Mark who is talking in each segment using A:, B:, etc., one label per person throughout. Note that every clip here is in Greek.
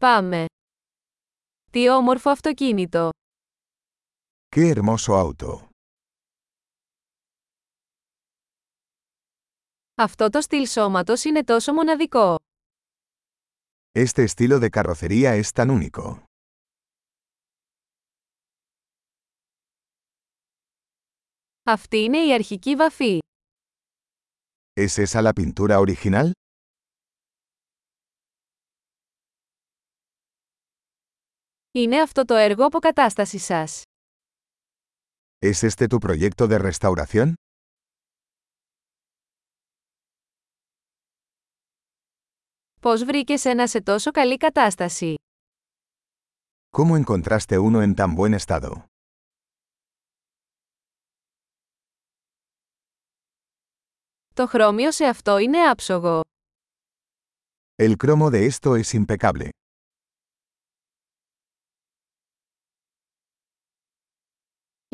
A: Πάμε. Τι όμορφο αυτοκίνητο.
B: Qué hermoso auto.
A: Αυτό το στυλ σώματος είναι τόσο μοναδικό.
B: Este estilo de carrocería es tan único.
A: Αυτή είναι η αρχική βαφή.
B: ¿Es esa la pintura original?
A: Είναι αυτό το έργο αποκατάστασης σας.
B: ¿Es este tu proyecto de restauración?
A: Πώς βρήκες ένα σε τόσο καλή κατάσταση.
B: ¿Cómo encontraste uno en tan buen estado?
A: Το χρώμιο σε αυτό είναι άψογο.
B: El cromo de esto es impecable.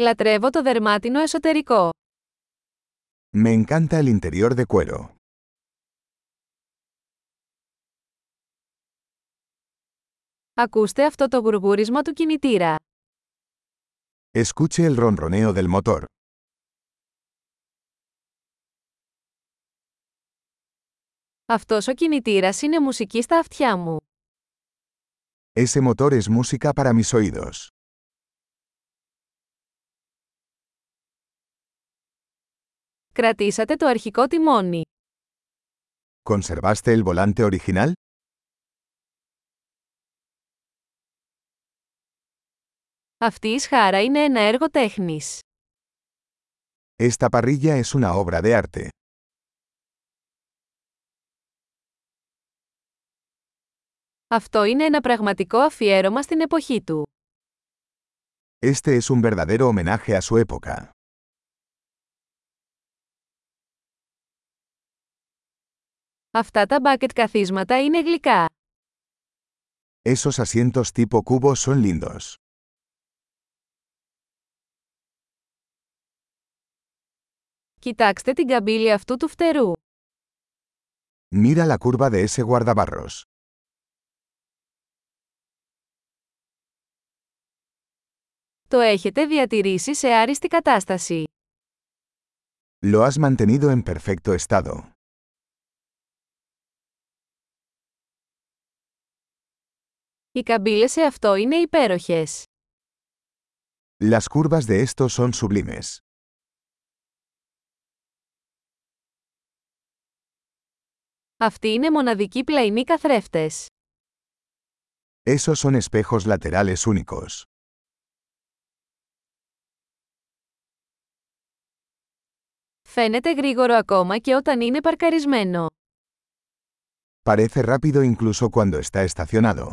A: Λατρεύω το δερμάτινο εσωτερικό.
B: Me encanta el interior de cuero.
A: Ακούστε αυτό το γουργούρισμα του κινητήρα.
B: Escuche el ronroneo del motor.
A: Αυτός ο κινητήρας είναι μουσική στα αυτιά μου.
B: Ese motor es música para mis oídos.
A: Κρατήσατε το αρχικό τιμόνι.
B: ¿Conservaste el volante original?
A: Αυτή η σχάρα είναι ένα έργο τέχνης.
B: Esta parrilla es una obra de arte.
A: Αυτό είναι ένα πραγματικό αφιέρωμα στην εποχή του.
B: Este es un verdadero homenaje a su época.
A: Αυτά τα μπάκετ καθίσματα είναι γλυκά.
B: Esos asientos tipo cubo son lindos.
A: Κοιτάξτε την καμπύλη αυτού του φτερού.
B: Mira la curva de ese guardabarros.
A: Το έχετε διατηρήσει σε άριστη κατάσταση.
B: Lo has mantenido en perfecto estado.
A: Οι καμπύλες σε αυτό είναι υπέροχες.
B: Las curvas de estos son sublimes.
A: Αυτοί είναι μοναδικοί πλαϊνοί καθρέφτες.
B: Esos son espejos laterales únicos.
A: Φαίνεται γρήγορο ακόμα και όταν είναι παρκαρισμένο.
B: Parece rápido incluso cuando está estacionado.